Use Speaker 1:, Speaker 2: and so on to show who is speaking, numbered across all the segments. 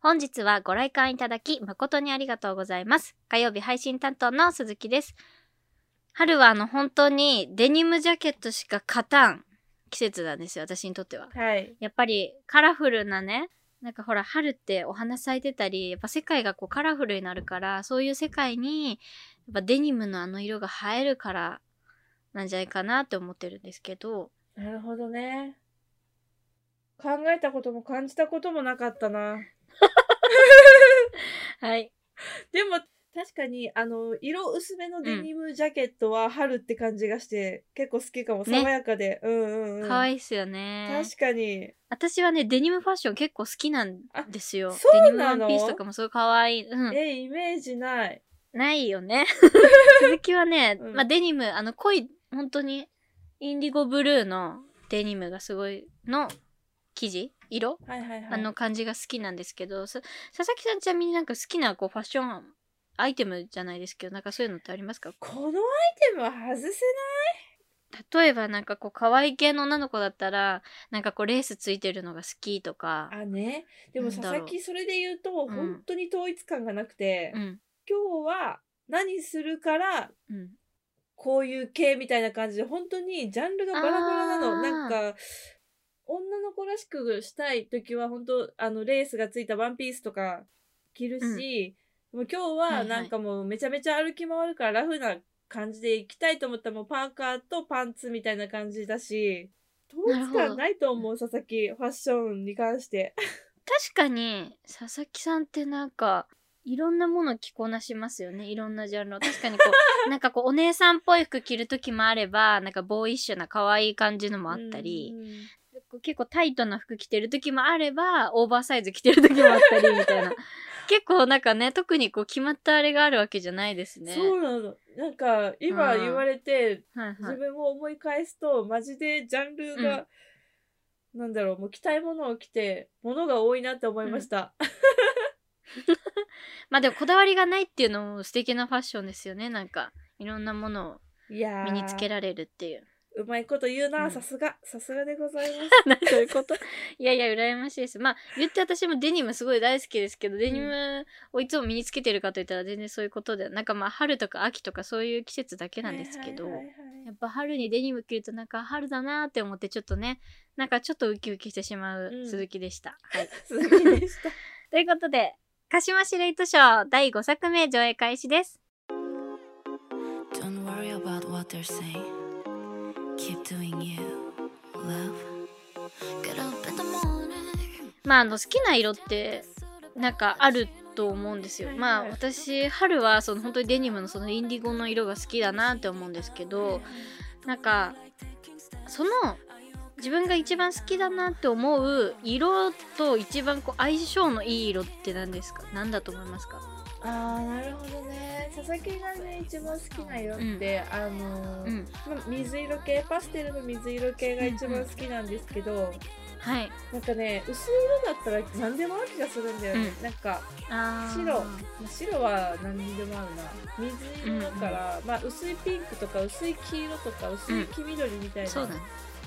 Speaker 1: 本日はご来館いただき誠にありがとうございます。火曜日配信担当の鈴木です。春はあの本当にデニムジャケットしか勝たん季節なんですよ、私にとっては。
Speaker 2: はい。
Speaker 1: やっぱりカラフルなね、なんかほら春ってお花咲いてたり、やっぱ世界がこうカラフルになるから、そういう世界に、やっぱデニムのあの色が映えるからなんじゃないかなって思ってるんですけど、
Speaker 2: なるほどね。考えたことも感じたこともなかったな。
Speaker 1: はい。
Speaker 2: でも、確かに、あの、色薄めのデニムジャケットは春って感じがして、結構好きかも。爽
Speaker 1: ね
Speaker 2: やかで。うんうんうん。
Speaker 1: 可愛
Speaker 2: い
Speaker 1: いっすよね。
Speaker 2: 確かに。
Speaker 1: 私はね、デニムファッション結構好きなんですよ。
Speaker 2: あそう
Speaker 1: デニム
Speaker 2: な
Speaker 1: ワ
Speaker 2: の
Speaker 1: ンピースとかもすごい可愛い。うん。
Speaker 2: え、イメージない。
Speaker 1: ないよね。 鈴木はね、
Speaker 2: うん
Speaker 1: まあデニム、あの濃い、本当にインディゴブルーのデニムがすごいの生地色
Speaker 2: はいはいはい。
Speaker 1: あの、感じが好きなんですけど、さ佐々木さんちなみになんか好きなこうファッションアイテムじゃないですけど、なんかそういうのってありますか
Speaker 2: このアイテムは外せない。
Speaker 1: 例えばなんかこう可愛い系の女の子だったら、なんかこうレースついてるのが好きとか、
Speaker 2: あね、でも
Speaker 1: なんだ
Speaker 2: 佐
Speaker 1: ろう
Speaker 2: 々木それで言うと、
Speaker 1: ん
Speaker 2: 本当に統一感がなくて、
Speaker 1: うん、
Speaker 2: 今日は何するから
Speaker 1: うん。
Speaker 2: こういう系みたいな感じで本当にジャンルがバラバラな
Speaker 1: あ
Speaker 2: の
Speaker 1: ー
Speaker 2: なんか女の子らしくしたい時は本当あのレースがついたワンピースとか着るし、もう今
Speaker 1: はい
Speaker 2: 日
Speaker 1: は
Speaker 2: はいなんかもうめちゃめちゃ歩き回るからラフな感じで行きたいと思ったらもうパーカーとパンツみたいな感じだし統
Speaker 1: なる
Speaker 2: 一
Speaker 1: ほど
Speaker 2: 感ないと思う佐々木ファッションに関して。
Speaker 1: 確かに佐々木さんってなんかいろんなもの着こなしますよねいろんなジャンルを確かにこ うなんかこうお姉さんっぽい服着る時もあればなんかボーイッシュな可愛い感じのもあったり、
Speaker 2: うん
Speaker 1: 結構タイトな服着てる時もあればオーバーサイズ着てる時もあったりみ たいな結構なんかね特にこう決まったあれがあるわけじゃないですね。
Speaker 2: そうなの。なんか、今
Speaker 1: うん
Speaker 2: 言われて、
Speaker 1: はいは
Speaker 2: 自
Speaker 1: い、
Speaker 2: 分も思い返すと、マジでジャンルが、なんだろう、もう着たいものを着て、ものが多いなって思いました。
Speaker 1: まあでもこだわりがないっていうのも素敵なファッションですよねなんかいろんなもの
Speaker 2: いや
Speaker 1: を
Speaker 2: ー
Speaker 1: 身につけられるっていう。
Speaker 2: うまいこと言う
Speaker 1: う
Speaker 2: な、
Speaker 1: ん
Speaker 2: さすが、さすがでございます。
Speaker 1: なんかそういうこといやいや、羨ましいです。まあ、言って私もデニムすごい大好きですけど、デニムをいつも身につけてるかといったら全然そういうことで、なんかまあ、春とか秋とかそういう季節だけなんですけど、
Speaker 2: はいはいはい
Speaker 1: や
Speaker 2: はい
Speaker 1: っぱ春にデニム着るとなんか春だなーって思ってちょっとね、なんかちょっとウキウキしてしまう
Speaker 2: うん
Speaker 1: 鈴木でした。はい。
Speaker 2: 続きで した。
Speaker 1: ということで、鹿島司令図書第5作目上映開始です。
Speaker 3: Don't worry about what they're saying. Keep doing you, love. Get up in the morning.
Speaker 1: まあ、あの、好きな色ってなんかあると思うんですよ。まあ私春はその本当にデニムのそのインディゴの色が好きだなって思うんですけどなんかその自分が一番好きだなって思う色と一番こう相性のいい色って何ですか何だと思いますか
Speaker 2: あー、なるほどね。佐々木がね、一番好きな色って、あのー
Speaker 1: うん
Speaker 2: まあ水色系、パステルの水色系が一番好きなんですけど、
Speaker 1: はい
Speaker 2: なんかね、薄い色だったら何でもある気がするんだよね。
Speaker 1: う
Speaker 2: なんか、
Speaker 1: あー
Speaker 2: 白まあ白は何にでもあるな。水色だから、まあ薄いピンクとか薄い黄色とか薄い黄緑みたいな。
Speaker 1: そうだね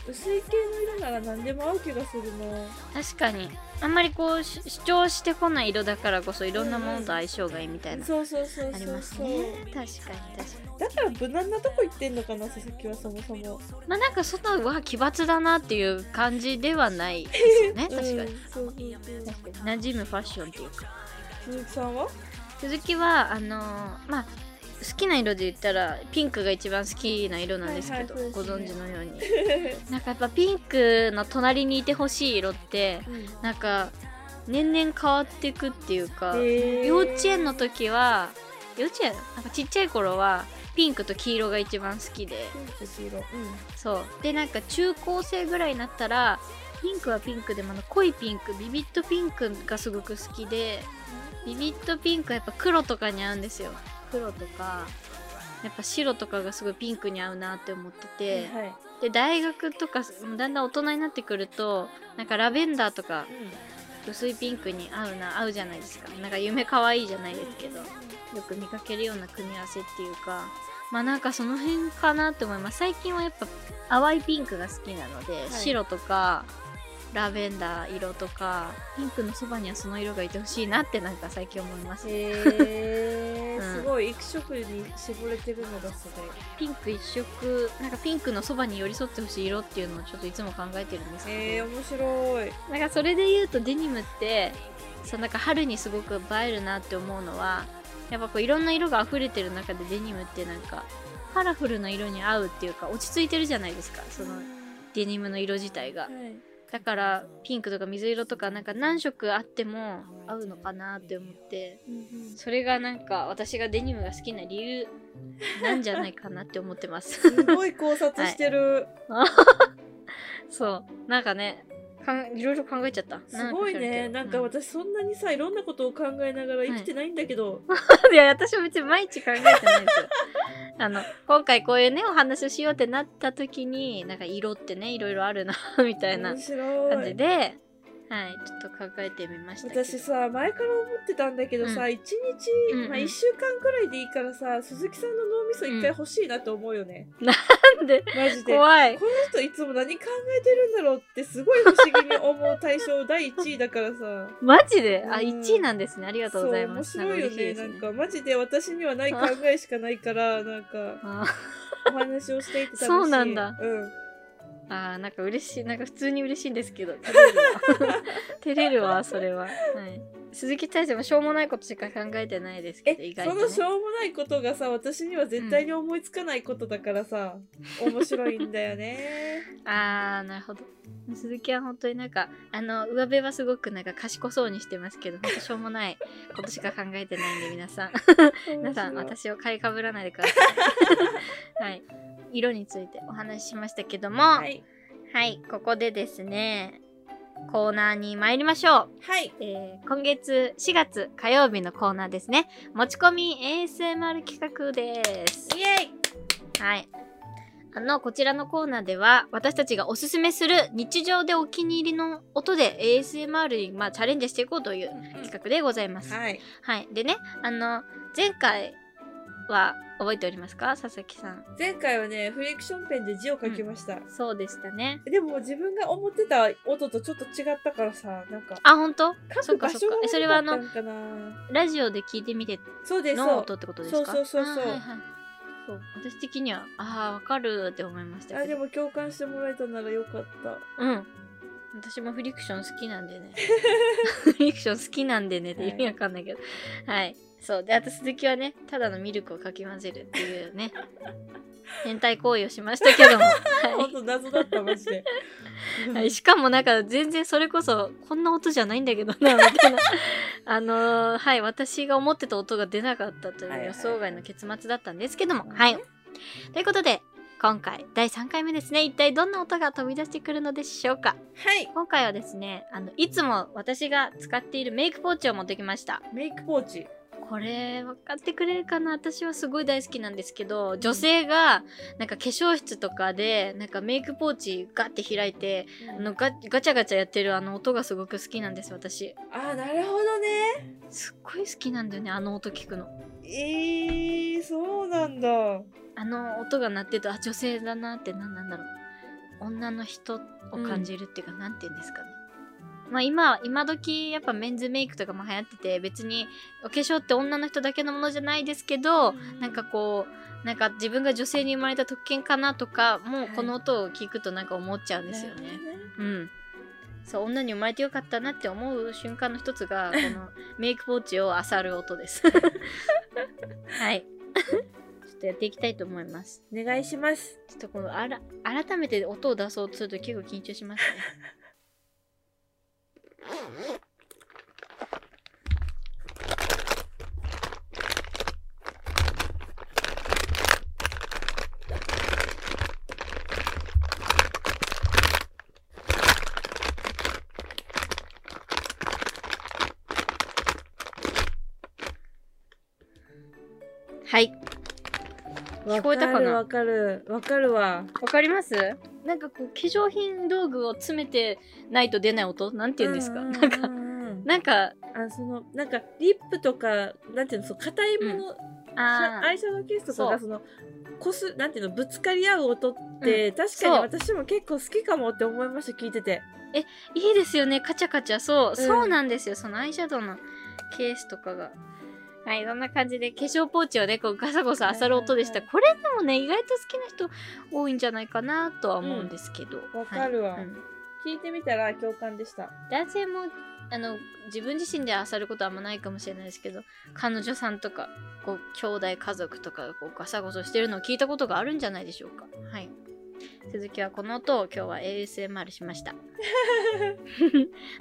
Speaker 2: 薄い系の色なら何でも合う気がするの。
Speaker 1: 確かにあんまりこうし主張してこない色だからこそいろんなものと相性がいいみたいな
Speaker 2: そうそうそう
Speaker 1: あり
Speaker 2: そう
Speaker 1: ます
Speaker 2: そう。
Speaker 1: ね確かに確かに
Speaker 2: だから無難なとこ行ってんのかな、佐々木はそもそも。
Speaker 1: まあなんかそんなうわ奇抜だなっていう感じではないですよね確か
Speaker 2: うん
Speaker 1: に。
Speaker 2: そうそうそう
Speaker 1: 確かに馴染むファッションっていうか
Speaker 2: 鈴木さんは
Speaker 1: 鈴木はあのーまあ好きな色で言ったらピンクが一番好きな色なんですけど、
Speaker 2: はいはい
Speaker 1: ご
Speaker 2: そう
Speaker 1: 存
Speaker 2: で
Speaker 1: 知
Speaker 2: す
Speaker 1: のよう になんかやっぱピンクの隣にいてほしい色ってなんか年々変わっていくっていうか、幼稚園の時は幼稚園なんかちっちゃい頃はピンクと黄色が一番好きで
Speaker 2: ピンク黄色。うん。
Speaker 1: そうでなんか中高生ぐらいになったらピンクはピンクでもあの濃いピンクビビットピンクがすごく好きでビビットピンクはやっぱ黒とかに合うんですよ黒とかやっぱ白とかがすごいピンクに合うなって思ってて、
Speaker 2: はい。
Speaker 1: で大学とかだんだん大人になってくるとなんかラベンダーとか薄いピンクに合うな合うじゃないですかなんか夢可愛いじゃないですけどよく見かけるような組み合わせっていうかまあなんかその辺かなって思います最近はやっぱ淡いピンクが好きなので、
Speaker 2: い
Speaker 1: 白とかラベンダー色とかピンクのそばにはその色がいてほしいなってなんか最近思い ます
Speaker 2: へえ
Speaker 1: うん
Speaker 2: すごい、一色に絞れてるのがすごい。
Speaker 1: ピンク一色なんかピンクのそばに寄り添ってほしい色っていうのをちょっといつも考えてるんですけど、
Speaker 2: えー、面白い。
Speaker 1: なんかそれで言うとデニムってそうなんか春にすごく映えるなって思うのはやっぱこういろんな色が溢れてる中でデニムってなんかカラフルな色に合うっていうか落ち着いてるじゃないですかそのデニムの色自体が
Speaker 2: はい
Speaker 1: だからピンクとか水色とかなんか何色あっても合うのかなって思って
Speaker 2: うんうん
Speaker 1: それがなんか私がデニムが好きな理由なんじゃないかなって思ってます
Speaker 2: すごい考察してる。
Speaker 1: そうなんかねかんいろいろ考えちゃった
Speaker 2: すごいね。
Speaker 1: な
Speaker 2: なんん
Speaker 1: か知
Speaker 2: から
Speaker 1: んけど
Speaker 2: 私そんなにさ、いろんなことを考えながら生きてないんだけど。
Speaker 1: いや、私も別に毎日考えてないですよ。 あの、今回こういうね、お話をしようってなった時に、なんか色ってね、いろいろあるな、 みたいな
Speaker 2: 面白い。
Speaker 1: 感じで、はい、ちょっと考えてみましたけど。
Speaker 2: 私さ前から思ってたんだけど
Speaker 1: う
Speaker 2: さ、一日、
Speaker 1: うんうん
Speaker 2: まあ、1週間くらいでいいからさ鈴木さんの脳みそ一回欲しいなと思うよね、
Speaker 1: なんで、
Speaker 2: マジでこ
Speaker 1: 怖い。
Speaker 2: の人いつも何考えてるんだろうってすごい不思議に思う 対象第1位だからさ
Speaker 1: マジであ、
Speaker 2: うん
Speaker 1: 1位なんですね。ありがとうございます。
Speaker 2: そう面白いよね
Speaker 1: んか嬉
Speaker 2: な
Speaker 1: し
Speaker 2: ん
Speaker 1: い
Speaker 2: かマジで私にはない考えしかないからなんか
Speaker 1: あ
Speaker 2: お話をしていて楽しい
Speaker 1: そうなんだ
Speaker 2: うん
Speaker 1: あー、なんか嬉しい。なんか普通に嬉しいんですけど、照れる わ。照れるわ、それは。はい。鈴木大生もしょうもないことしか考えてないですけど、
Speaker 2: え
Speaker 1: 意外
Speaker 2: そ
Speaker 1: と、ね。
Speaker 2: のしょうもないことがさ私には絶対に思いつかないことだからさ、面白いんだ よね
Speaker 1: あーなるほど鈴木は本当になんかあの上辺はすごくなんか賢そうにしてますけど本当しょうもないことしか考えてないんで皆 さん皆さん
Speaker 2: 面白い
Speaker 1: 私を買いかぶらないでください はい色についてお話ししましたけどもは、
Speaker 2: はいい
Speaker 1: ここでですねコーナーに参りましょう、
Speaker 2: はい
Speaker 1: えー今月4月火曜日のコーナーですね持ち込み ASMR 企画です
Speaker 2: イエイ
Speaker 1: はい。あの、こちらのコーナーでは、私たちがおすすめする日常でお気に入りの音で ASMR に、まあ、チャレンジしていこうという企画でございます。
Speaker 2: はい。
Speaker 1: はい。でね、あの、前回は覚えておりますか佐々木さん。
Speaker 2: 前回はね、フリクションペンで字を書きました。
Speaker 1: そうでしたね。
Speaker 2: でも自分が思ってた音とちょっと違ったからさ、なんか、
Speaker 1: あ、本当？そ
Speaker 2: 書
Speaker 1: う
Speaker 2: く
Speaker 1: か
Speaker 2: 場
Speaker 1: そ
Speaker 2: 所
Speaker 1: うか
Speaker 2: が
Speaker 1: えそれ
Speaker 2: 悪
Speaker 1: は
Speaker 2: か
Speaker 1: あ
Speaker 2: った
Speaker 1: の
Speaker 2: んかな。
Speaker 1: ラジオで聞いてみて
Speaker 2: そうです、
Speaker 1: の
Speaker 2: そう
Speaker 1: 音。ってことですか
Speaker 2: そうそうそうそう
Speaker 1: あはいはいそう私的には、ああ、わかるって思いましたけど。
Speaker 2: あ、でも共感してもらえたならよかった。
Speaker 1: うん。私もフリクション好きなんでね。フリクション好きなんでねって意味わかんないけど。はい。そう。で、あと鈴木はね、ただのミルクをかき混ぜるっていう ね、変態行為をしましたけ ども。
Speaker 2: ほ
Speaker 1: は
Speaker 2: んと謎だった、マジで。
Speaker 1: い。はい、しかもなんか全然それこそこんな音じゃないんだけどなみ たいなあのーはい私が思ってた音が出なかったと
Speaker 2: はい
Speaker 1: いう
Speaker 2: はい
Speaker 1: 予想外の結末だったんですけどもはいということで今回第3回目ですね一体どんな音が飛び出してくるのでしょうか
Speaker 2: はい。
Speaker 1: 今回はですねあのいつも私が使っているメイクポーチを持ってきました
Speaker 2: メイクポーチ。
Speaker 1: これ分かってくれるかな私はすごい大好きなんですけど女性がなんか化粧室とかでなんかメイクポーチガッて開いてあのガガチャガチャやってるあの音がすごく好きなんです私
Speaker 2: あ、なるほどね。
Speaker 1: すっごい好きなんだよねあの音聞くの
Speaker 2: えー、そうなんだ。
Speaker 1: あの音が鳴ってるとあ女性だなって何なんだろう女の人を感じるっていうか、なんて言うんですかねまあ今今時やっぱメンズメイクとかも流行ってて別にお化粧って女の人だけのものじゃないですけどなんかこうなんか自分が女性に生まれた特権かなとかもうこの音を聞くとなんか思っちゃうんですよね、
Speaker 2: なるほどね
Speaker 1: うんそう女に生まれてよかったなって思う瞬間の一つがこのメイクポーチを漁る音ですはい ちょっとやっていきたいと思います
Speaker 2: お願いします。
Speaker 1: ちょっとこのあら改めて音を出そうとすると結構緊張しますねはい聞こえたかな
Speaker 2: わかる、わかるわかるわ。
Speaker 1: わかりますなんかこう化粧品道具を詰めてないと出ない音なんて言うんですか、
Speaker 2: うう
Speaker 1: なんか
Speaker 2: ううんうん
Speaker 1: なんか
Speaker 2: あそのなんかリップとかなんていうのそう硬いもの、
Speaker 1: あ
Speaker 2: アイシャドウケースとかがそのこすなんていうのぶつかり合う音って、確かに
Speaker 1: そう
Speaker 2: 私も結構好きかもって思いました聞いてて
Speaker 1: いいですよねカチャカチャそう、
Speaker 2: うん
Speaker 1: そうなんですよそのアイシャドウのケースとかがはいそんな感じで化粧ポーチをねこうガサゴサ漁る音でした、
Speaker 2: は
Speaker 1: これでもね意外と好きな人多いんじゃないかなとは思うんですけど、
Speaker 2: わかるわ
Speaker 1: はいうん
Speaker 2: 聞いてみたら共感 でした
Speaker 1: 男性もあの自分自身で漁ることはあんまないかもしれないですけど彼女さんとかこう兄弟家族とかがこうガサゴソしてるのを聞いたことがあるんじゃないでしょうかはい鈴木はこの音を今日は ASMR しました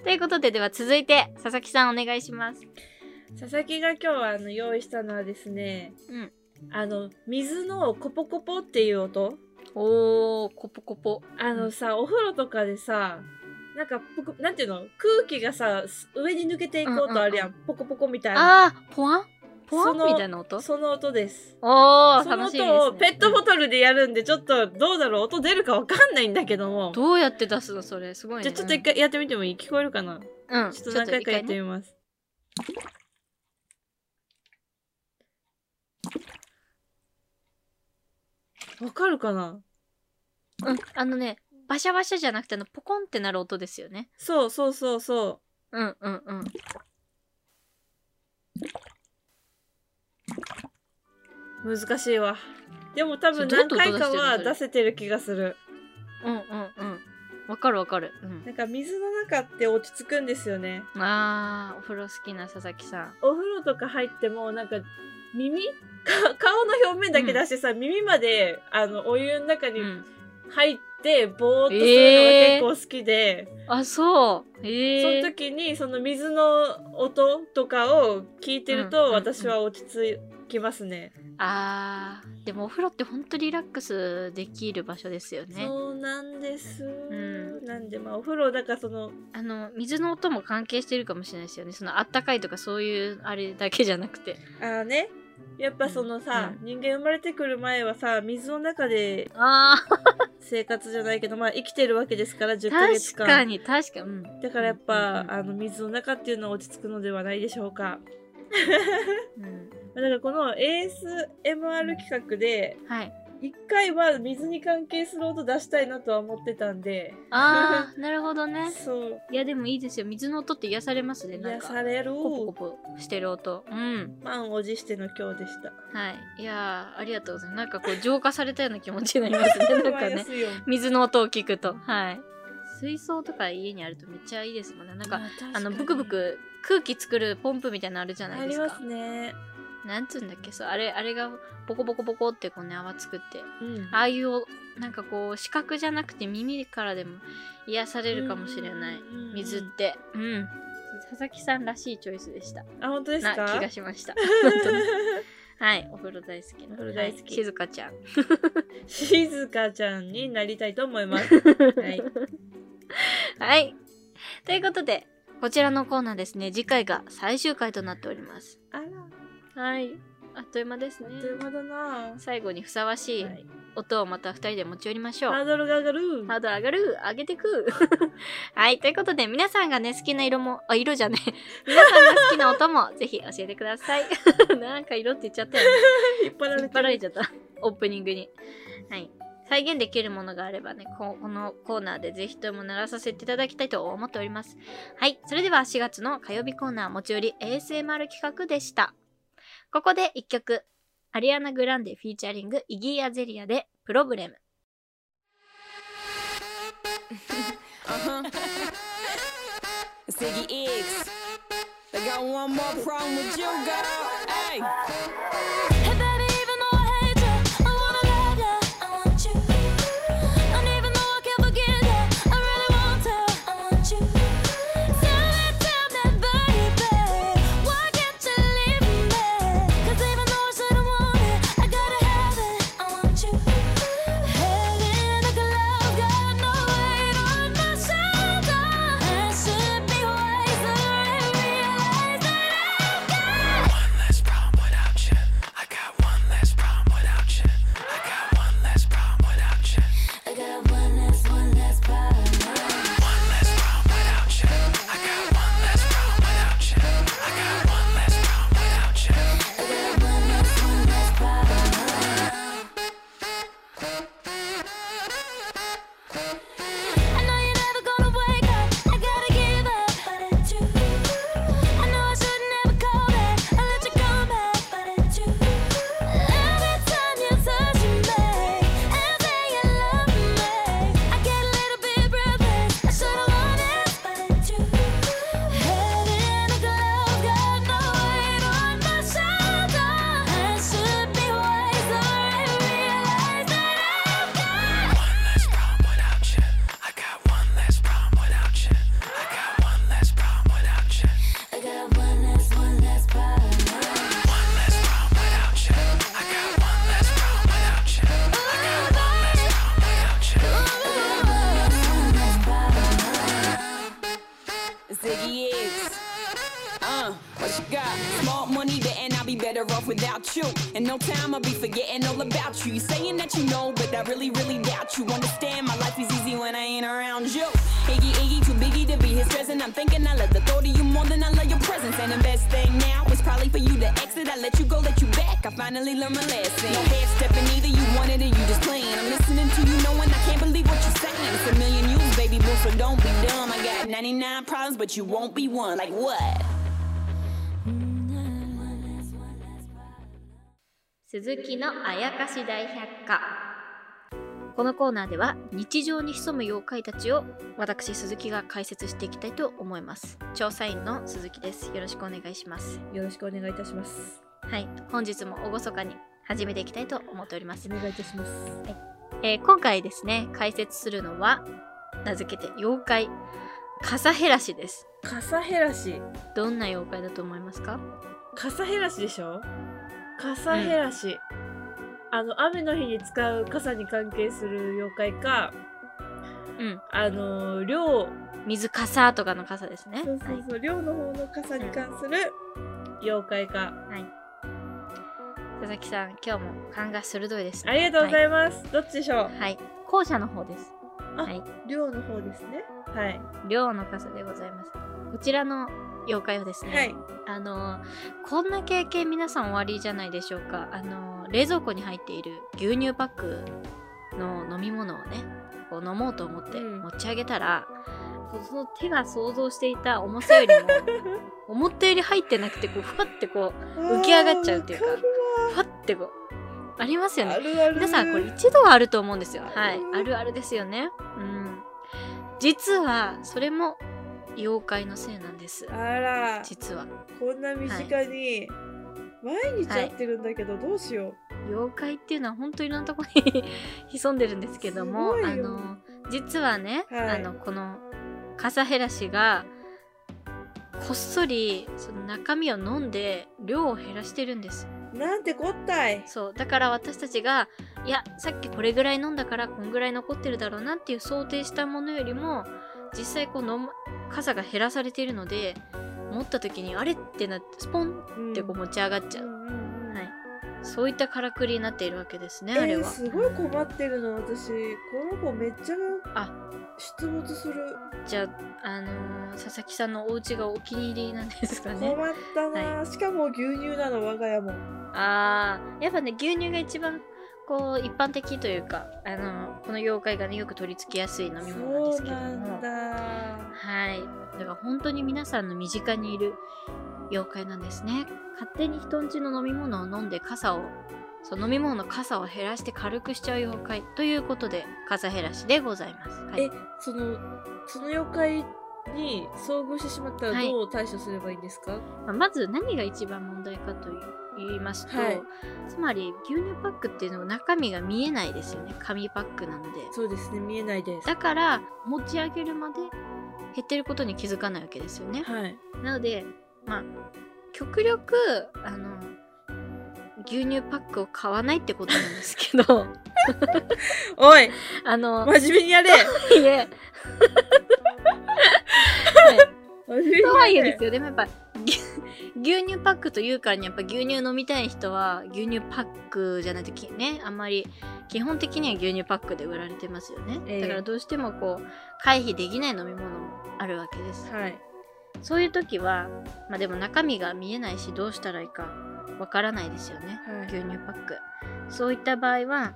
Speaker 1: ということででは続いて佐々木さんお願いします
Speaker 2: 佐々木が今日はあの用意したのはですね、
Speaker 1: うん
Speaker 2: あの水のコポコポっていう音
Speaker 1: おーコポコポ
Speaker 2: あのさ、お風呂とかでさなんかポコなんていうの空気がさす上に抜けていく
Speaker 1: うんうんうん
Speaker 2: 音あるやん,、ポコポコみたいな
Speaker 1: あーポワンポワ
Speaker 2: その
Speaker 1: ンみたいな音
Speaker 2: その音です
Speaker 1: おー
Speaker 2: その
Speaker 1: 楽しいです、
Speaker 2: 音を
Speaker 1: ね、
Speaker 2: ペットボトルでやるんでちょっとどうだろう音出るかわかんないんだけども
Speaker 1: どうやって出すのそれすごい
Speaker 2: じ
Speaker 1: ね
Speaker 2: ゃあちょっと一回やってみてもいい聞こえるかな、
Speaker 1: うん、うん
Speaker 2: ちょっと何回かやって
Speaker 1: ね
Speaker 2: みます、わかるかな
Speaker 1: うんあのねバシャバシャじゃなくてあのポコンってなる音ですよね
Speaker 2: そうそうそうそう
Speaker 1: うんうんうん。
Speaker 2: 難しいわでも多分
Speaker 1: それ
Speaker 2: 何
Speaker 1: どうやっ
Speaker 2: 回
Speaker 1: て音
Speaker 2: かは
Speaker 1: 出
Speaker 2: 出せてる気がする
Speaker 1: うんうんうん。わかるわかる。うん。
Speaker 2: なんか水の中って落ち着くんですよね
Speaker 1: あー、お風呂好きな佐々木さん。
Speaker 2: お風呂とか入ってもなんか耳か顔の表面だけ出してさ、耳まであのお湯の中
Speaker 1: う
Speaker 2: に
Speaker 1: ん。
Speaker 2: 入ってぼーっとする
Speaker 1: えー
Speaker 2: のが結構好きで、
Speaker 1: あ、そう。え
Speaker 2: そ
Speaker 1: ー。
Speaker 2: の時にその水の音とかを聞いてる
Speaker 1: うん
Speaker 2: と
Speaker 1: うん
Speaker 2: 私は落ち着きますね。
Speaker 1: あー、でもお風呂ってほんとリラックスできる場所ですよね。
Speaker 2: そうなんです。
Speaker 1: ん
Speaker 2: なんでまあお風呂だからその
Speaker 1: あの、水の音も関係してるかもしれないですよね。そのあったかいとかそういうあれだけじゃなくて。
Speaker 2: ああねやっぱそのさ、
Speaker 1: う
Speaker 2: 人間生まれてくる前はさ水の中で
Speaker 1: あ
Speaker 2: 生活じゃないけどまあ生きてるわけですから10
Speaker 1: ー、
Speaker 2: ヶ月
Speaker 1: 確
Speaker 2: 間
Speaker 1: かに、確かに。うん。
Speaker 2: だからやっぱ、
Speaker 1: うんうんうん
Speaker 2: あの水の中っていうのは落ち着くのではないでしょうか
Speaker 1: うん
Speaker 2: だからこの ASMR 企画で
Speaker 1: はい。
Speaker 2: 一回は水に関係する音出したいなとは思ってたんで
Speaker 1: あー、なるほどね。
Speaker 2: そう
Speaker 1: いや、でもいいですよ。水の音って癒されますね。なん
Speaker 2: 癒
Speaker 1: か。
Speaker 2: される
Speaker 1: コポコポしてる音。うん。
Speaker 2: 満を持しての今日でした
Speaker 1: はい、いやーありがとうございますなんかこう浄化されたような気持ちになります ねなんか
Speaker 2: マイナ
Speaker 1: ね
Speaker 2: スイオン
Speaker 1: 水の音を聞くとはい水槽とか家にあるとめっちゃいいですもんねなんか
Speaker 2: まあ確かに
Speaker 1: あのブクブク空気作るポンプみたいなのあるじゃな
Speaker 2: あ
Speaker 1: いで
Speaker 2: り
Speaker 1: すか
Speaker 2: ますね
Speaker 1: なんつうんだっけそうあれあれがボコボコボコってこうね泡作って
Speaker 2: うん
Speaker 1: ああいうおなんかこう視覚じゃなくて耳からでも癒されるかもしれない
Speaker 2: うんうんうん
Speaker 1: 水ってうん佐々木さんらしいチョイスでした
Speaker 2: あ本当です
Speaker 1: な
Speaker 2: か
Speaker 1: 気がしました 本当にはいお風呂大好きな
Speaker 2: お風呂大好き
Speaker 1: はい静香ちゃん
Speaker 2: 静香ちゃんになりたいと思 いますはい
Speaker 1: はい。ということで、こちらのコーナーですね、次回が最終回となっております。
Speaker 2: あら
Speaker 1: はい。あっという間ですね
Speaker 2: あっという間だな、は
Speaker 1: 最後にふさわしい
Speaker 2: い、
Speaker 1: 音をまた2人で持ち寄りましょう。
Speaker 2: ハードルが上がる
Speaker 1: ハードル上がる上げてく はい。ということで、皆さんがね、好きな色も、あ、色じゃね え。皆さんが好きな音も、ぜひ教えてください。 なんか色って言っちゃったよね。
Speaker 2: 引っ張ら
Speaker 1: 引
Speaker 2: れ
Speaker 1: っ張
Speaker 2: て
Speaker 1: ら
Speaker 2: る
Speaker 1: れちゃった。 オープニングに。はい。再現できるものがあればね、ここのコーナーでぜひとも鳴らさせていただきたいと思っております。はい。それでは4月の火曜日コーナー持ち寄り ASMR 企画でした。ここで1曲。アリアナ・グランデフィーチャリングイギー・アゼリアでプロブレム。
Speaker 4: Uh-huh. Ziggy X. They got one more problem with you, girl. Hey.
Speaker 3: Hey baby, even though I hate you, I wanna love you, I want you. And even though I can't forgive you, I really want to, I want you. Tell me, tell me, baby, why can't you leave me? 'Cause even though I shouldn't want it, I gotta have it, I want you. Head like a love got no weight on my shoulder. I should be wiser and realize that I've got.
Speaker 5: One less problem without you. I got
Speaker 4: Uh, what you got? Small money, then I'll be better off without you. In no time, I'll be forgetting all about you. You saying that you know, but I really, really doubt you. Understand, my life is easy when I ain't around you. Iggy, Iggy, too biggie to be his present. I'm thinking I love the thought of you more than I love your presence. And the best thing now is probably for you to exit. I let you go, let you back. I finally learned my lesson. No half stepping either, you wanted it, or you just playing. I'm listening to you, knowing I can't believe what you're saying. It's a million views, baby boo, so don't be dumb. I got 99 problems, but you won't be one. Like what?
Speaker 1: 鈴木のあやかし大百科このコーナーでは日常に潜む妖怪たちを私鈴木が解説していきたいと思います調査員の鈴木ですよろしくお願いします
Speaker 2: よろしくお願いいたします。
Speaker 1: はい本日も厳かに始めていきたいと思っております
Speaker 2: お願いいたします。
Speaker 1: えー今回ですね解説するのは名付けて妖怪傘減らしです
Speaker 2: 傘減らし。
Speaker 1: どんな妖怪だと思いますか
Speaker 2: 傘減らしでしょ傘減らし、あの雨の日に使う傘に関係する妖怪か
Speaker 1: うん
Speaker 2: あの漁
Speaker 1: 水傘とかの傘ですね
Speaker 2: そうそうそう漁の方の傘に関する妖怪か
Speaker 1: はい、佐々木さん今日も勘が鋭いですね
Speaker 2: ありがとうございます、どっちでしょう
Speaker 1: はい、校舎の方です
Speaker 2: 漁の方ですねはい
Speaker 1: 寮の傘でございますこちらの妖怪はですね、
Speaker 2: はい
Speaker 1: あのこんな経験皆さんおありじゃないでしょうかあの冷蔵庫に入っている牛乳パックの飲み物をねこう飲もうと思って
Speaker 2: うん
Speaker 1: 持ち上げたら、こうその手が想像していた重さよりも 思ったより入ってなくてこうふわってこ浮き上がっちゃうっていうか
Speaker 2: あーわ
Speaker 1: うふわってこうありますよね
Speaker 2: かるわあるある
Speaker 1: 皆さんこれ一度はあると思うんですよ。
Speaker 2: あ
Speaker 1: は
Speaker 2: る
Speaker 1: い、あるあるですよね。うん。実はそれも妖怪のせいなんです。
Speaker 2: あら
Speaker 1: 実は
Speaker 2: こんな身近に、毎日会ってるんだけどどうしよ
Speaker 1: 妖怪っていうのは本当いろんなところに 潜んでるんですけども、
Speaker 2: すご
Speaker 1: あ
Speaker 2: いよ
Speaker 1: の実はね、
Speaker 2: はい
Speaker 1: あのこの傘減らしがこっそりその中身を飲んで量を減らしてるんです。
Speaker 2: うなんてこったい
Speaker 1: そうだから私たちがいやさっきこれぐらい飲んだからこんぐらい残ってるだろうなっていう想定したものよりも実際こう飲む傘が減らされているので持った時にあれってなってスポン
Speaker 2: うん
Speaker 1: ってこう持ち上がっちゃ
Speaker 2: う
Speaker 1: う、
Speaker 2: んうんうん
Speaker 1: はい、そういったからくりになっているわけですね、あれ
Speaker 2: えー、
Speaker 1: は
Speaker 2: すごい困ってるの私この子めっちゃ
Speaker 1: あ
Speaker 2: 出没する
Speaker 1: じゃあ、あのー佐々木さんのお家がお気に入りなんですかね
Speaker 2: 困ったな、しかも牛乳なの我が家も
Speaker 1: あーやっぱね牛乳が一番こう一般的というか、あのーこの妖怪がねよく取り付きやすい飲み物なんで
Speaker 2: そ
Speaker 1: す
Speaker 2: う
Speaker 1: けど
Speaker 2: な
Speaker 1: も
Speaker 2: んだ
Speaker 1: はい。だから本当に皆さんの身近にいる妖怪なんですね。勝手に人んちの飲み物を飲んで傘を、そう飲み物の傘を減らして軽くしちゃう妖怪ということで、傘減らしでございます。はい、
Speaker 2: えそのその妖怪に遭遇してしまったら
Speaker 1: はい
Speaker 2: どう対処すればいいんですか、
Speaker 1: まあまず何が一番問題かと言いますと、
Speaker 2: はい
Speaker 1: つまり牛乳パックっていうのは中身が見えないですよね。紙パックなので。
Speaker 2: そうですね見えないです
Speaker 1: だから持ち上げるまで減ってることに気づかないわけですよね。
Speaker 2: はい
Speaker 1: なので、まあ、極力、あの、牛乳パックを買わないってことなんです けど、
Speaker 2: おい
Speaker 1: あの、
Speaker 2: 真面目に やれ
Speaker 1: いえ、
Speaker 2: 真面目にやれ
Speaker 1: とはいえですよ、でもやっぱ、牛牛乳パックというからに、やっぱ牛乳飲みたい人は、牛乳パックじゃないときね、あんまり、基本的には牛乳パックで売られてますよ
Speaker 2: ええ
Speaker 1: ね。だからどうしてもこう、回避できない飲み物もあるわけです。
Speaker 2: はい
Speaker 1: そういう時は、まあでも中身が見えないし、どうしたらいいか、わからないですよね。
Speaker 2: はい
Speaker 1: 牛乳パックそういった場合は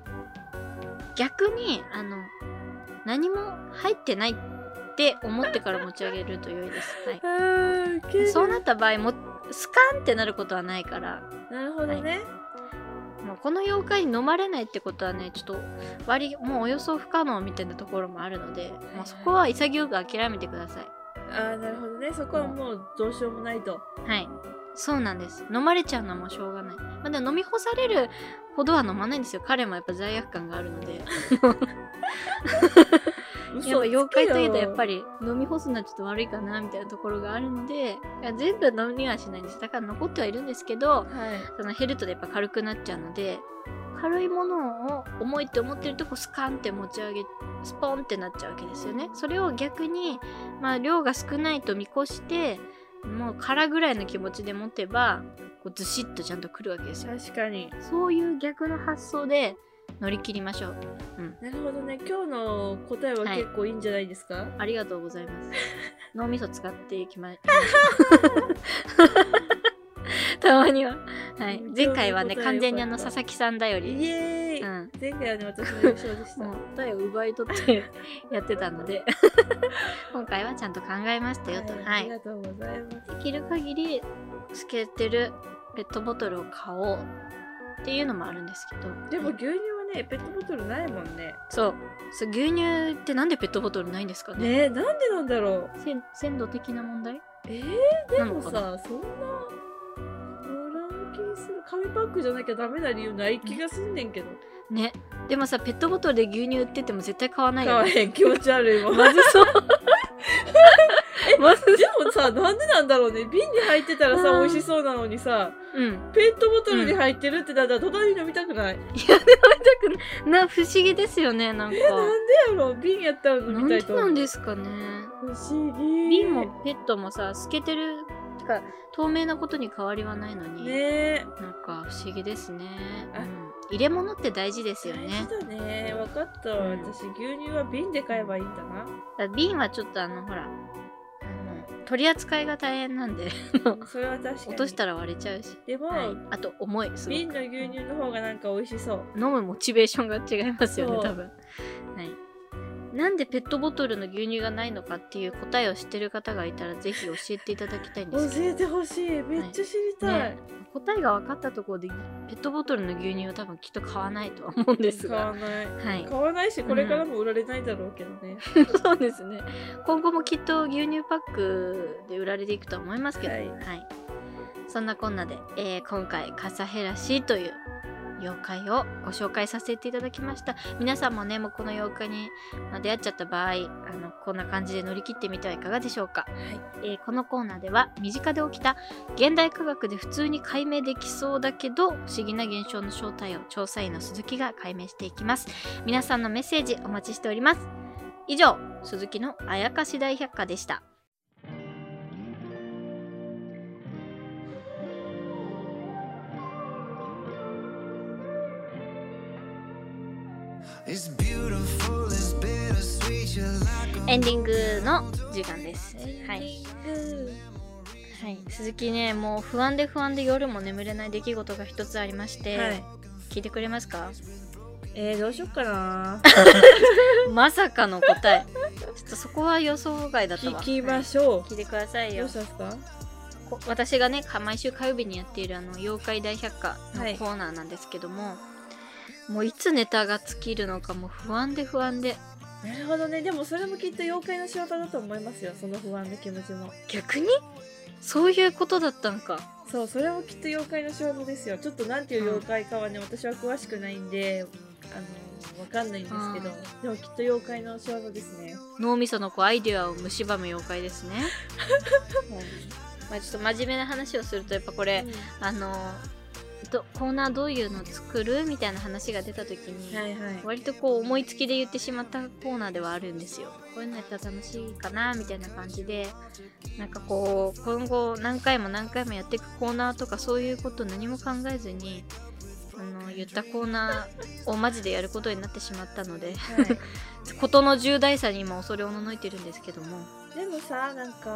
Speaker 1: 逆にあの何も入ってないって思ってから持ち上げると良いです、はい
Speaker 2: あーウケる
Speaker 1: そうなった場合もスカンってなることはないから
Speaker 2: なるほどね、
Speaker 1: もうこの妖怪に飲まれないってことはねちょっと割りもうおよそ不可能みたいなところもあるので、まあ、そこは潔く諦めてください
Speaker 2: ああなるほどねそこはもうどうしようもないと
Speaker 1: はいそうなんです飲まれちゃうのはもうしょうがない、まあ、でも飲み干されるほどは飲まないんですよ彼もやっぱ罪悪感があるのでやっぱ妖怪というとやっぱ
Speaker 2: り
Speaker 1: り飲み干すのはちょっと悪いかなみたいなところがあるのでいや全部飲みはしないんですだから残ってはいるんですけど
Speaker 2: はい
Speaker 1: その減るとやっぱ軽くなっちゃうので軽いものを重いって思ってるとこスカンって持ち上げスポンってなっちゃうわけですよねそれを逆にまあ量が少ないと見越してもう殻ぐらいの気持ちで持てばこうずしっとちゃんとくるわけですよ
Speaker 2: 確かに
Speaker 1: そういう逆の発想で乗り切りましょう
Speaker 2: なるほどね今日の答えは
Speaker 1: はい
Speaker 2: 結構いいんじゃないですか、
Speaker 1: ありがとうございます 脳みそ使っていきま たまには、はい、前回はね
Speaker 2: 今日の答え
Speaker 1: 完全にあ
Speaker 2: よ
Speaker 1: の
Speaker 2: かった
Speaker 1: 佐々木さんだより
Speaker 2: イエーイ、
Speaker 1: うん
Speaker 2: 前回はね私の優勝でした
Speaker 1: もう答えを奪い取ってやってたので 今回はちゃんと考えましたよと、は
Speaker 2: あり
Speaker 1: い、
Speaker 2: がとうございます
Speaker 1: できる限り透けてるペットボトルを買おうっていうのもあるんですけど
Speaker 2: でも
Speaker 1: はい
Speaker 2: 牛乳はねペットボトルないもんね
Speaker 1: そうそう牛乳ってなんでペットボトルないんですかね
Speaker 2: ねえなんでなんだろう
Speaker 1: 鮮鮮度的な問題
Speaker 2: え
Speaker 1: な
Speaker 2: ー、で
Speaker 1: の
Speaker 2: も
Speaker 1: かな
Speaker 2: さそんな乱気にする紙パックじゃなきゃダメな理由ない気がすんねんけど
Speaker 1: ねでもさペットボトルで牛乳売ってても絶対買わない
Speaker 2: か
Speaker 1: よ
Speaker 2: わ
Speaker 1: ね
Speaker 2: へん気持ち悪いもん で
Speaker 1: まずそうま ず
Speaker 2: もさなんでなんだろうね瓶に入ってたらさ
Speaker 1: うん
Speaker 2: 美味しそうなのにさ
Speaker 1: うん
Speaker 2: ペットボトルに入ってるってなったら隣に飲みたくない、
Speaker 1: な不思議ですよねなんか
Speaker 2: なんでやろう瓶やったら飲
Speaker 1: なん
Speaker 2: みた
Speaker 1: で
Speaker 2: いと思う
Speaker 1: なんですかね
Speaker 2: 不思議
Speaker 1: 瓶もペットもさ透けてるてか透明なことに変わりはないのに、
Speaker 2: ねえ
Speaker 1: なんか不思議ですね、う
Speaker 2: あ
Speaker 1: ん、入れ物って大事ですよ
Speaker 2: 大
Speaker 1: ね
Speaker 2: 事だね分かったわ
Speaker 1: うん
Speaker 2: 私牛乳は瓶で買えばいいんだな
Speaker 1: だから瓶はちょっとあのほらあの取り扱いが大変なんで
Speaker 2: それは確かに
Speaker 1: 落としたら割れちゃうし、
Speaker 2: でも、
Speaker 1: はい、あと重いすごく
Speaker 2: 瓶の牛乳の方がなんか美味しそう
Speaker 1: 飲むモチベーションが違いますよね
Speaker 2: そう
Speaker 1: 多分はいなんでペットボトルの牛乳がないのかっていう答えを知ってる方がいたらぜひ教えていただきたいんで
Speaker 2: 教
Speaker 1: すけ
Speaker 2: えてほしいめっちゃ知り
Speaker 1: ど、
Speaker 2: たい、
Speaker 1: ね、答えが分かったところでペットボトルの牛乳を多分きっと買わないとは思うんです
Speaker 2: 買わ
Speaker 1: が
Speaker 2: ない
Speaker 1: はい
Speaker 2: 買わないしこれからも売られないだろうけどね、
Speaker 1: そうですね今後もきっと牛乳パックで売られていくとは思いますけどは、
Speaker 2: はいい
Speaker 1: そんなこんなで、えー今回カサヘラシーという妖怪をご紹介させていただきました皆さんもねもうこの妖怪に、まあ出会っちゃった場合あのこんな感じで乗り切ってみてはいかがでしょうか、えーこのコーナーでは身近で起きた現代科学で普通に解明できそうだけど不思議な現象の正体を調査員の鈴木が解明していきます皆さんのメッセージお待ちしております以上鈴木のあやかし大百科でしたエンディングの時間ですはい、はい、鈴木ねもう不安で不安で夜も眠れない出来事が一つありまして、
Speaker 2: はい
Speaker 1: 聞いてくれますか
Speaker 2: えー、どうしよっかな
Speaker 1: まさかの答えちょっとそこは予想外だったわ
Speaker 2: 聞きましょう、
Speaker 1: 聞いてください
Speaker 2: ど
Speaker 1: よ
Speaker 2: うしたんですか
Speaker 1: こ私がねか毎週火曜日にやっているあの妖怪大百科の
Speaker 2: はい
Speaker 1: コーナーなんですけども、もういつネタが尽きるのかもう不安で不安で
Speaker 2: なるほどねでもそれもきっと妖怪の仕業だと思いますよその不安な気持ちも
Speaker 1: 逆にそういうことだったんか
Speaker 2: そうそれもきっと妖怪の仕業ですよちょっとなんていう妖怪かはね私は詳しくないんであのわかんないんですけどでもきっと妖怪の仕業ですね
Speaker 1: 脳みそのこうアイデアを蝕む妖怪 ですね、はいまあ、ちょっと真面目な話をするとやっぱこれ、あのどコーナーどういうの作るみたいな話が出た時に、
Speaker 2: はいはい
Speaker 1: 割とこう思いつきで言ってしまったコーナーではあるんですよ。こういうのやったら楽しいかなみたいな感じでなんかこう今後何回も何回もやっていくコーナーとかそういうこと何も考えずにあの言ったコーナーをマジでやることになってしまったので
Speaker 2: はい
Speaker 1: 事の重大さに今恐れおののいてるんですけども
Speaker 2: でもさなんか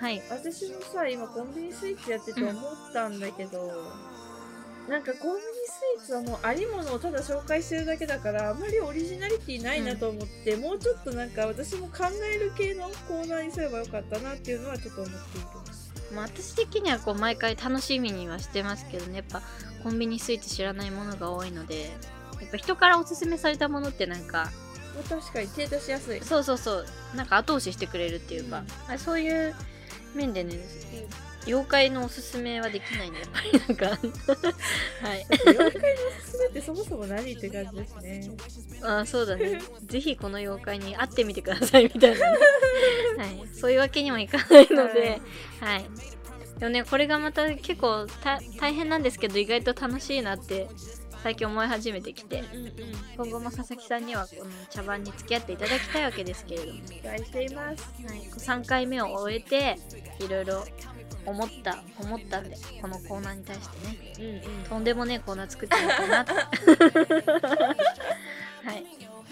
Speaker 1: はい
Speaker 2: 私もさ今コンビニスイーツやってて思ったんだけど、なんかコンビニスイーツはもうありものをただ紹介してるだけだからあまりオリジナリティないなと思って、もうちょっとなんか私も考える系のコーナーにすればよかったなっていうのはちょっと思っている
Speaker 1: まあ、私的にはこう毎回楽しみにはしてますけどねやっぱコンビニスイーツ知らないものが多いのでやっぱ人からおすすめされたものってなんか
Speaker 2: まあ確かに手出しやすい
Speaker 1: そうそうそうなんか後押ししてくれるっていうか、
Speaker 2: うん
Speaker 1: まあそういう面でね妖怪のおすすめはできないねやっぱりなんかはい
Speaker 2: 妖怪のおすすめってそもそも何って感じですね
Speaker 1: あーそうだねぜひこの妖怪に会ってみてくださいみたい なね、はい、そういうわけにもいかないのではいでもねこれがまた結構た大変なんですけど意外と楽しいなって最近思い始めてきて
Speaker 2: うんうん
Speaker 1: 今後も佐々木さんにはこの茶番に付き合っていただきたいわけですけれども、
Speaker 2: 期待しています
Speaker 1: はい、3回目を終えていろいろ思った思ったんでこのコーナーに対してね
Speaker 2: うんうん
Speaker 1: とんでもねえコーナー作ってみようか なってはい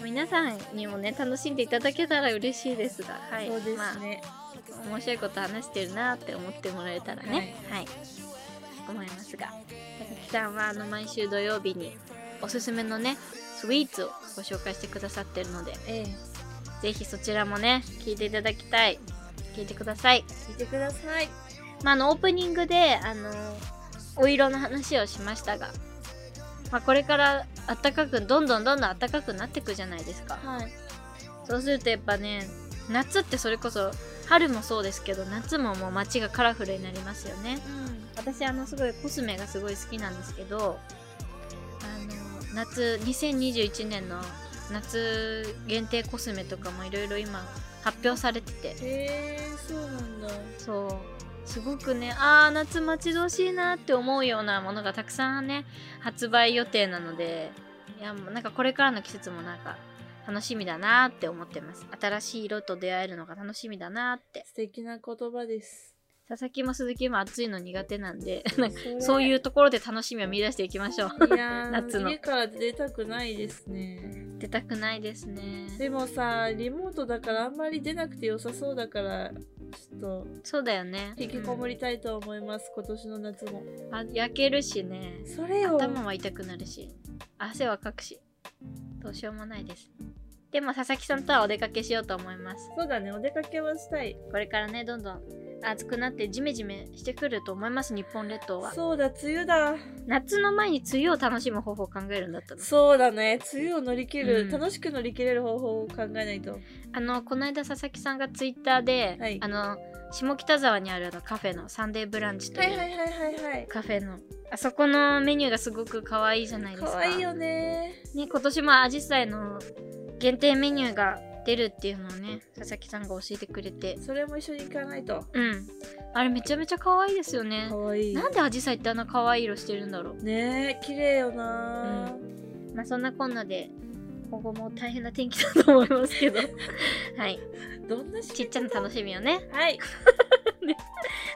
Speaker 1: 皆さんにもね楽しんでいただけたら嬉しいですが、はい、
Speaker 2: そうですね、
Speaker 1: まあ、面白いこと話してるなって思ってもらえたらねはい、思いますが佐々木さんはあの毎週土曜日におすすめのねスイーツをご紹介してくださってるので
Speaker 2: ええ
Speaker 1: ぜひそちらもね聞いていただきたい聞いてください
Speaker 2: 聞いてください
Speaker 1: まあ、あのオープニングであのお色の話をしましたが、まあ、これから暖かくどんどんどんどん暖かくなってくじゃないですか
Speaker 2: はい
Speaker 1: そうするとやっぱね夏ってそれこそ春もそうですけど夏ももう街がカラフルになりますよね
Speaker 2: うん
Speaker 1: 私あのすごいコスメがすごい好きなんですけどあの夏2021年の夏限定コスメとかもいろいろ今発表されてて
Speaker 2: へえそうなんだ
Speaker 1: そうすごくねあー夏待ち遠しいなって思うようなものがたくさんね発売予定なのでいやもうなんかこれからの季節もなんか楽しみだなって思ってます新しい色と出会えるのが楽しみだなって
Speaker 2: 素敵な言葉です
Speaker 1: 佐々木も鈴木も暑いの苦手 なんでなんか
Speaker 2: れ
Speaker 1: そういうところで楽しみを見出していきましょう
Speaker 2: いや ー
Speaker 1: 夏の
Speaker 2: 家から出たくないですね
Speaker 1: 出たくないですね
Speaker 2: でもさリモートだからあんまり出なくて良さそうだからちょっと
Speaker 1: そうだよね
Speaker 2: 引きこもりたいと思います、今年の夏も
Speaker 1: うんあ焼けるしね
Speaker 2: それよ
Speaker 1: 頭は痛くなるし汗はかくしどうしようもないですでも佐々木さんとはお出かけしようと思います
Speaker 2: そうだねお出かけはしたい
Speaker 1: これからねどんどん暑くなってジメジメしてくると思います日本列島は
Speaker 2: そうだ梅雨だ
Speaker 1: 夏の前に梅雨を楽しむ方法を考えるんだったの
Speaker 2: そうだね梅雨を乗り切
Speaker 1: う
Speaker 2: る、
Speaker 1: ん
Speaker 2: 楽しく乗り切れる方法を考えないと
Speaker 1: あのこの間佐々木さんがツイッターで、
Speaker 2: はい
Speaker 1: あの下北沢にあるあのカフェのサンデーブランチと
Speaker 2: はいいは
Speaker 1: う
Speaker 2: いはいはいはい
Speaker 1: カフェのあそこのメニューがすごく可愛いじゃないですか
Speaker 2: 可愛いよね
Speaker 1: ね、今年もアジサイの限定メニューが出るっていうのをね佐々木さんが教えてくれて
Speaker 2: それも一緒に行かないと
Speaker 1: うんあれめちゃめちゃ可愛いですよね
Speaker 2: 可愛い
Speaker 1: なんでアジサイってあんな可愛い色してるんだろう
Speaker 2: ねえ綺麗よな、
Speaker 1: まあそんなこんなで今後も大変な天気だと思います けどはい
Speaker 2: どんなし
Speaker 1: ちっちゃな楽しみをね
Speaker 2: はい、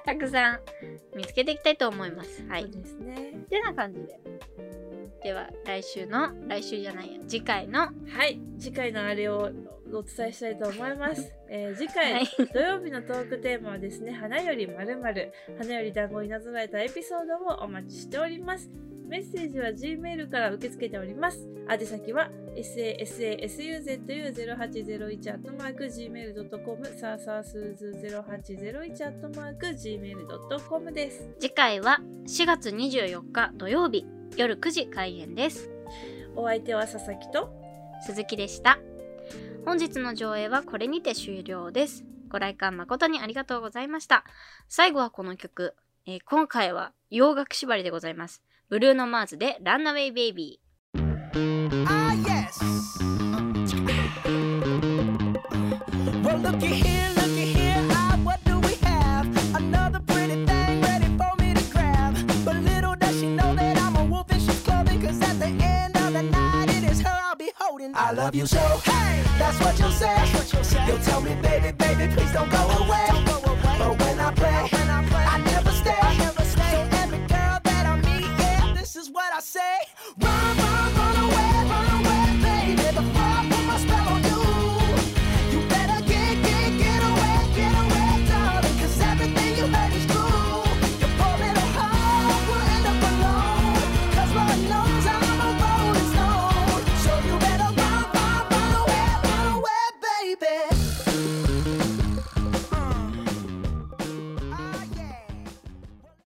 Speaker 1: たくさん見つけていきたいと思いますはい
Speaker 2: そうですね
Speaker 1: てな感じででは来週の来週じゃないや次回の
Speaker 2: はい次回のあれをお伝えしたいと思います、えー次
Speaker 1: は
Speaker 2: 回
Speaker 1: い
Speaker 2: 土曜日のトークテーマはですね花よりまるまる花より団子になぞらえたエピソードをお待ちしておりますメッセージは G メールから受け付けております宛先は sasasuzu0801-gmail.com サーサースーズ 0801-gmail.com です
Speaker 1: 次回は4月24日土曜日夜9時開演です
Speaker 2: お相手は佐々木と
Speaker 1: 鈴木でした本日の上映はこれにて終了ですご来館誠にありがとうございました最後はこの曲、えー今回は洋楽縛りでございますブルーノ・マーズでランナウェイ・ベイビー
Speaker 5: Ah, yes. Well, looky here, looky here. Ah, what do we have? Another pretty thing ready for me to grab. But little does she know that I'm a wolf in sheep's clothing. Cause at the end of the night, it is her I'll be holding. I love you so. Hey, that's what you'll say. You'll tell me, baby, baby, please don't go away.